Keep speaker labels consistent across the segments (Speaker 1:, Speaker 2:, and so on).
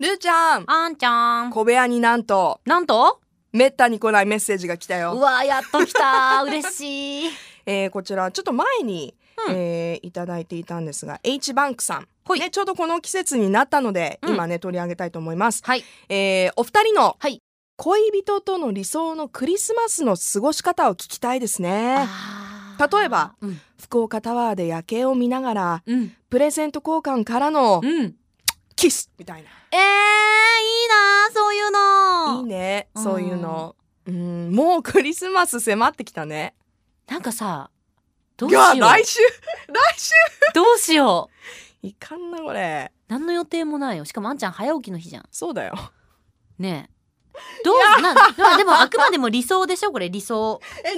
Speaker 1: ルーちゃん
Speaker 2: あんちゃん。
Speaker 1: 小部屋になんと
Speaker 2: なんと
Speaker 1: めったに来ないメッセージが来た
Speaker 2: う
Speaker 1: よ、
Speaker 2: わやっと来 た嬉しい。
Speaker 1: えーこちらちょっと前に、
Speaker 2: うん
Speaker 1: えーいただいていたんですが H バンクさん
Speaker 2: ほい
Speaker 1: ね、ちょうどこの季節になったので、
Speaker 2: うん
Speaker 1: 今ね取り上げたいと思います、
Speaker 2: はい。
Speaker 1: えーお二人の
Speaker 2: はい
Speaker 1: 恋人との理想のクリスマスの過ごし方を聞きたいですね
Speaker 2: あー
Speaker 1: 例えば。
Speaker 2: うん。
Speaker 1: 福岡タワーで夜景を見ながら
Speaker 2: うん。
Speaker 1: プレゼント交換からの
Speaker 2: うん。
Speaker 1: キスみたいな
Speaker 2: えー、いいなそういうの
Speaker 1: いいねそういうのうんもうクリスマス迫ってきたね
Speaker 2: なんかさ、どう
Speaker 1: い
Speaker 2: しよ
Speaker 1: や
Speaker 2: う。
Speaker 1: 来週来週
Speaker 2: どうしよう。
Speaker 1: いかんなこれ
Speaker 2: 何の予定もないよ。しかもあんちゃん早起きの日じゃん。
Speaker 1: そうだよ
Speaker 2: ねえ。どうななでもあくまでも理想でしょこれ理想。
Speaker 1: え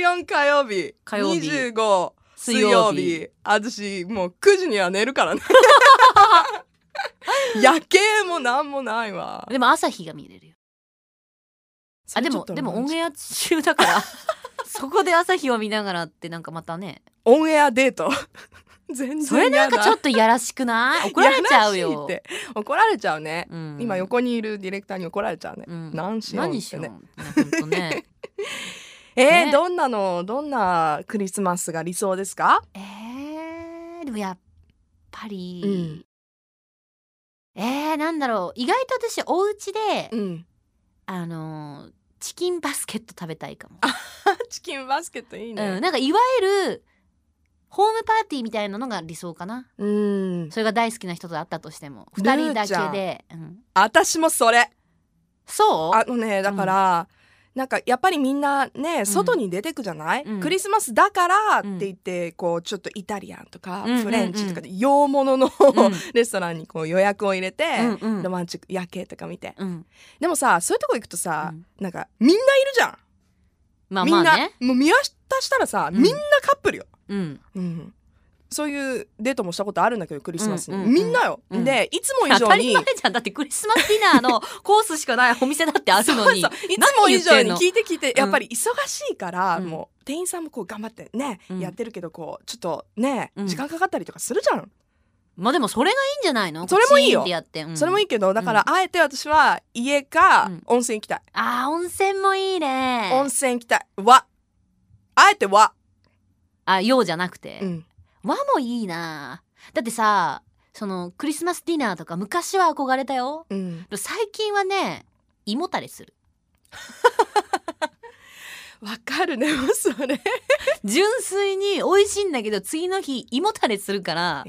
Speaker 1: 24火曜日
Speaker 2: 火曜日
Speaker 1: 25水
Speaker 2: 水
Speaker 1: 曜
Speaker 2: 曜
Speaker 1: 日
Speaker 2: 日。
Speaker 1: 私もう9時には寝る からね夜景もなんもないわ
Speaker 2: でも朝日が見れるよ。あでもでもオンエア中だから そこで朝日を見ながらってなんかまたね。
Speaker 1: オンエアデート 全
Speaker 2: それ
Speaker 1: 然
Speaker 2: な
Speaker 1: や
Speaker 2: んか
Speaker 1: だ
Speaker 2: ちょっとやらしくない怒られちゃう
Speaker 1: やら
Speaker 2: よ
Speaker 1: しいっ。て怒られちゃうね、
Speaker 2: うん
Speaker 1: 今横にいるディレクターに怒られちゃうね、
Speaker 2: うん
Speaker 1: 何しようってね
Speaker 2: 何しようってねほんと ね
Speaker 1: えー
Speaker 2: ね
Speaker 1: どんなのどんなクリスマスが理想ですか
Speaker 2: えー、でもやっぱり、
Speaker 1: うん
Speaker 2: えー、なんだろう意外と私お家で、
Speaker 1: うん
Speaker 2: あのーチキンバスケット食べたいかも、
Speaker 1: チキンバスケットいい
Speaker 2: うん、
Speaker 1: ね
Speaker 2: なんかいわゆるホームパーティーみたいなのが理想かな
Speaker 1: うん
Speaker 2: それが大好きな人と会ったとしても
Speaker 1: ルーちゃ
Speaker 2: 2
Speaker 1: ん
Speaker 2: 人だけで、うん、
Speaker 1: 私もそれ
Speaker 2: そう
Speaker 1: あのねだから、なんかやっぱりみんなね外に出てくじゃない、
Speaker 2: うん
Speaker 1: クリスマスだからって
Speaker 2: うん
Speaker 1: 言って、こうちょっとイタリアンとか、
Speaker 2: うんうんうん
Speaker 1: フレンチとかで洋物の、
Speaker 2: うん
Speaker 1: レストランにこう予約を入れて、
Speaker 2: うんうん
Speaker 1: ロマンチック夜景とか見て
Speaker 2: うん
Speaker 1: でもさそういうとこ行くとさ、
Speaker 2: うん
Speaker 1: なんかみんないるじゃん、
Speaker 2: まあまあね
Speaker 1: みんなもう見渡したらさ、
Speaker 2: うん
Speaker 1: みんなカップルよ、
Speaker 2: うん
Speaker 1: うん、そういうデートもしたことあるんだけどクリスマスに、
Speaker 2: うんうんうん
Speaker 1: みんなよ、
Speaker 2: うん
Speaker 1: でいつも以
Speaker 2: 当
Speaker 1: 上
Speaker 2: たり
Speaker 1: に
Speaker 2: 前じゃんだってクリスマスディナーのコースしかないお店だってあるのに
Speaker 1: そうそういつも以上に
Speaker 2: 何言ってんの
Speaker 1: 聞いて聞いて
Speaker 2: ん
Speaker 1: やっぱり忙しいから、
Speaker 2: うん
Speaker 1: もう店員さんもこう頑張ってね、
Speaker 2: うん
Speaker 1: やってるけどこうちょっとね、
Speaker 2: うん
Speaker 1: 時間かかったりとかするじゃん、
Speaker 2: まあでもそれがいいんじゃないの
Speaker 1: それもいいよ
Speaker 2: こうチーンってやって、うん
Speaker 1: それもいいけどだからあえて私は家か
Speaker 2: うん
Speaker 1: 温泉行きたい、
Speaker 2: あー温泉もいいね
Speaker 1: 温泉行きたい和あえて和、
Speaker 2: あ洋じゃなくて、
Speaker 1: うん
Speaker 2: 和もいいなだってさそのクリスマスディナーとか昔は憧れたよ
Speaker 1: うん、
Speaker 2: 最近はね胃もたれする
Speaker 1: わかるねもうそれ、
Speaker 2: 純粋に美味しいんだけど次の日胃もたれするから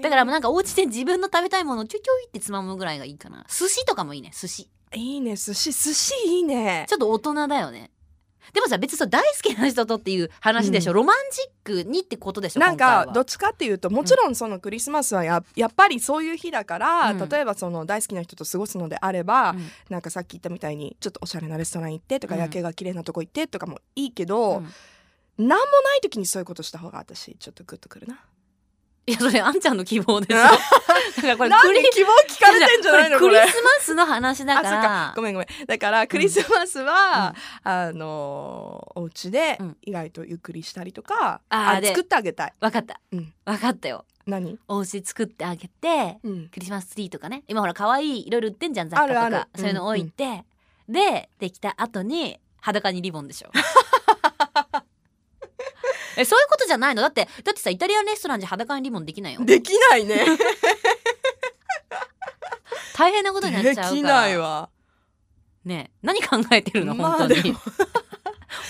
Speaker 2: だからもうなんかお家で自分の食べたいものをちょいちょいってつまむぐらいがいいかな寿司とかもいいね寿司
Speaker 1: いいね寿司寿司いいね
Speaker 2: ちょっと大人だよね。でもさ別にさ大好きな人とっていう話でしょ、ロマンチックにってことでしょ
Speaker 1: なん
Speaker 2: 今回
Speaker 1: か
Speaker 2: は
Speaker 1: どっちかっていうともちろんそのクリスマスはややっぱりそういう日だから、
Speaker 2: うん
Speaker 1: 例えばその大好きな人と過ごすのであれば、
Speaker 2: うん
Speaker 1: なんかさっき言ったみたいにちょっとおしゃれなレストラン行ってとか
Speaker 2: うん
Speaker 1: 夜景が綺麗なとこ行ってとかもいいけ
Speaker 2: う
Speaker 1: ど、
Speaker 2: ん
Speaker 1: なん、何もない時にそういうことした方が私ちょっとグッとくるな。
Speaker 2: いやそれあんちゃんの希望でしょ
Speaker 1: うん
Speaker 2: だ からこれ
Speaker 1: なん
Speaker 2: ク
Speaker 1: で
Speaker 2: リ
Speaker 1: 希望聞かれてんじゃないのこ
Speaker 2: クリ
Speaker 1: れ。
Speaker 2: スマスの話だ
Speaker 1: あそっ
Speaker 2: か
Speaker 1: からごめんごめんだからクリスマスは、あのーお家で
Speaker 2: うん
Speaker 1: 意外とゆっくりしたりとか、
Speaker 2: あー
Speaker 1: あ
Speaker 2: で
Speaker 1: 作ってあげたい
Speaker 2: 分かった、
Speaker 1: うん
Speaker 2: 分かったよ
Speaker 1: 何、
Speaker 2: お家作ってあげて
Speaker 1: うん、
Speaker 2: クリスマスツリーとかね今ほら可愛いいろいろ売ってんじゃん雑貨とか
Speaker 1: あるある
Speaker 2: そういうの置いて、でできた後に裸にリボン でしょえそういうことじゃないのだってだってさイタリアンレストランじゃ裸にリボンできないよ
Speaker 1: できないね
Speaker 2: 大変なことになっちゃう
Speaker 1: で
Speaker 2: から
Speaker 1: きないわ
Speaker 2: ねえ何考えてるの
Speaker 1: まあ
Speaker 2: 本当
Speaker 1: で
Speaker 2: に、
Speaker 1: も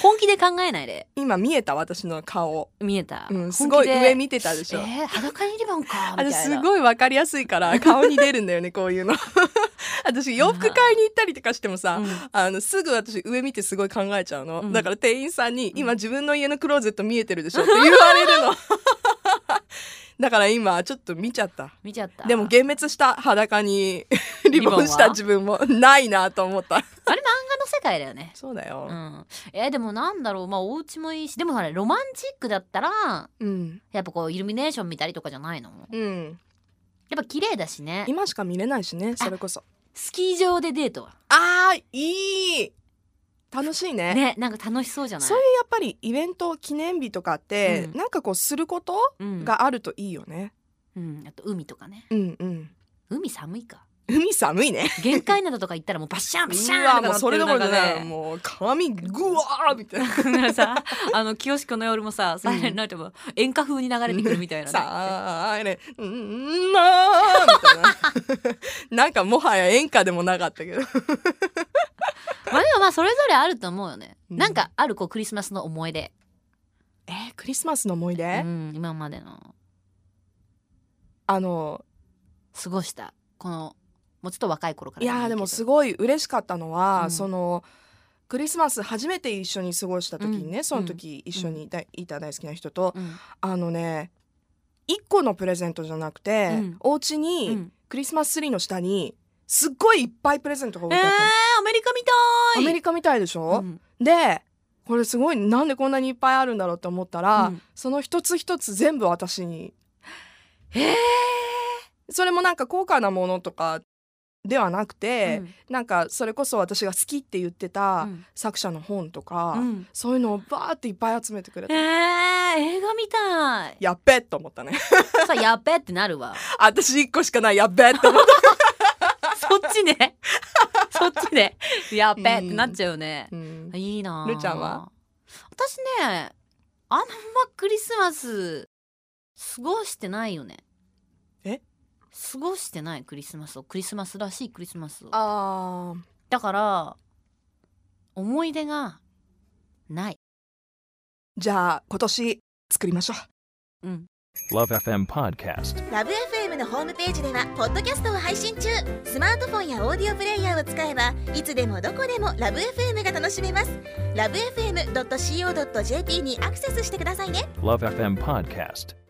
Speaker 2: 本気で考えないで
Speaker 1: 今見えた私の顔、
Speaker 2: 見えた、
Speaker 1: うん、
Speaker 2: 本気
Speaker 1: すごい
Speaker 2: で
Speaker 1: 上見てたでしょ、
Speaker 2: えー、裸にリボンか
Speaker 1: あ
Speaker 2: み
Speaker 1: れ
Speaker 2: たい
Speaker 1: す
Speaker 2: な
Speaker 1: ごいわかりやすいから顔に出るんだよねこういうの 私洋服買いに行ったりとかしてもさ、
Speaker 2: うん
Speaker 1: あのすぐ私上見てすごい考えちゃうの、
Speaker 2: うん
Speaker 1: だから店員さんに「
Speaker 2: ん
Speaker 1: 今自分の家のクローゼット見えてるでしょ」って言われる のだから今ちょっと見ちゃった
Speaker 2: 見ちゃった
Speaker 1: でも幻滅した裸に リボンした
Speaker 2: リボンは
Speaker 1: 自分もないなと思った
Speaker 2: あれ漫画の世界だよね
Speaker 1: そうだ
Speaker 2: う
Speaker 1: よ、
Speaker 2: んえーでもなんだろうまあお家もいいしでもあれロマンチックだったら
Speaker 1: うん
Speaker 2: やっぱこうイルミネーション見たりとかじゃないのや
Speaker 1: うん、
Speaker 2: っぱ綺麗だしね
Speaker 1: 今しか見れないしねそれこそ
Speaker 2: スキー場でデートは
Speaker 1: あーいい楽しいね
Speaker 2: ねなんか楽しそうじゃない
Speaker 1: そういうやっぱりイベント記念日とかって、
Speaker 2: うん
Speaker 1: なんかこうすること
Speaker 2: うん
Speaker 1: があるといいよね。
Speaker 2: うん、あと海とかね
Speaker 1: うんうん。
Speaker 2: 海寒いか
Speaker 1: 海寒いね
Speaker 2: 限界などとか行ったらもうバッシャンバッシャン
Speaker 1: う
Speaker 2: と
Speaker 1: わも
Speaker 2: かな
Speaker 1: う
Speaker 2: って
Speaker 1: それど
Speaker 2: る
Speaker 1: ころじゃない
Speaker 2: 中で
Speaker 1: もう鏡ぐわーみたいな
Speaker 2: だからさ あの清子の夜もさ「サイレントナイト」も演歌風に流れてくるみたいなね、
Speaker 1: さあねうんまあみたいななんかもはや演歌でもなかったけど
Speaker 2: まあでもまあそれぞれあると思うよね、
Speaker 1: うん
Speaker 2: なんかあるこうクリスマスの思い出、
Speaker 1: えークリスマスの思い出、
Speaker 2: うん、今までの
Speaker 1: あの
Speaker 2: 過ごしたこのもうちょっと若い頃から
Speaker 1: いやーでもす
Speaker 2: ご
Speaker 1: ごい嬉しかったのは、
Speaker 2: うん
Speaker 1: そのクリスマス初めて一緒に過ごした時にね、
Speaker 2: うん
Speaker 1: その時一緒にいた,、いた大好きな人と、
Speaker 2: い、うん
Speaker 1: あのね一個のプレゼントじゃなくて、
Speaker 2: うん
Speaker 1: お家
Speaker 2: う
Speaker 1: に
Speaker 2: ん
Speaker 1: クリスマスツリーの下にすっごいいっぱいプレゼントが置
Speaker 2: え
Speaker 1: い
Speaker 2: ー
Speaker 1: てあったの、
Speaker 2: アメリカみたい
Speaker 1: アメリカみたいでしょ、
Speaker 2: うん
Speaker 1: でこれすごいなんでこんなにいっぱいあるんだろうって思ったら、
Speaker 2: うん
Speaker 1: その一つ一つ全部私に
Speaker 2: え
Speaker 1: それもなんか高価なものとかではなく
Speaker 2: ー
Speaker 1: て、なんかそれこそ私が好きって言ってた、
Speaker 2: うん
Speaker 1: 作者の本とか、
Speaker 2: うん
Speaker 1: そういうのをバーっていっぱい集めてくれ
Speaker 2: え
Speaker 1: た、
Speaker 2: ー、映画みたい
Speaker 1: やっべえと思ったね
Speaker 2: さやっべってなるわ
Speaker 1: 私一個しかないやっべえと思った、
Speaker 2: そっちね そっちねやっべってなっちゃうよね、
Speaker 1: うん
Speaker 2: いいなあ
Speaker 1: るーちゃんは
Speaker 2: 私ねあんまクリスマス過ごしてないよね
Speaker 1: え
Speaker 2: 過ごしてないクリスマスをクリスマスらしいクリスマスを
Speaker 1: あー
Speaker 2: だから思い出がない
Speaker 1: じゃあ今年作りましょう
Speaker 2: うん
Speaker 3: Love FM Podcast.
Speaker 4: ラブ f m のホームページではポッドキャストを配信中スマートフォンやオーディオプレイヤーを使えばいつでもどこでもラブ f m が楽しめますラブ FM.co.jp にアクセスしてくださいね
Speaker 3: Love FM Podcast.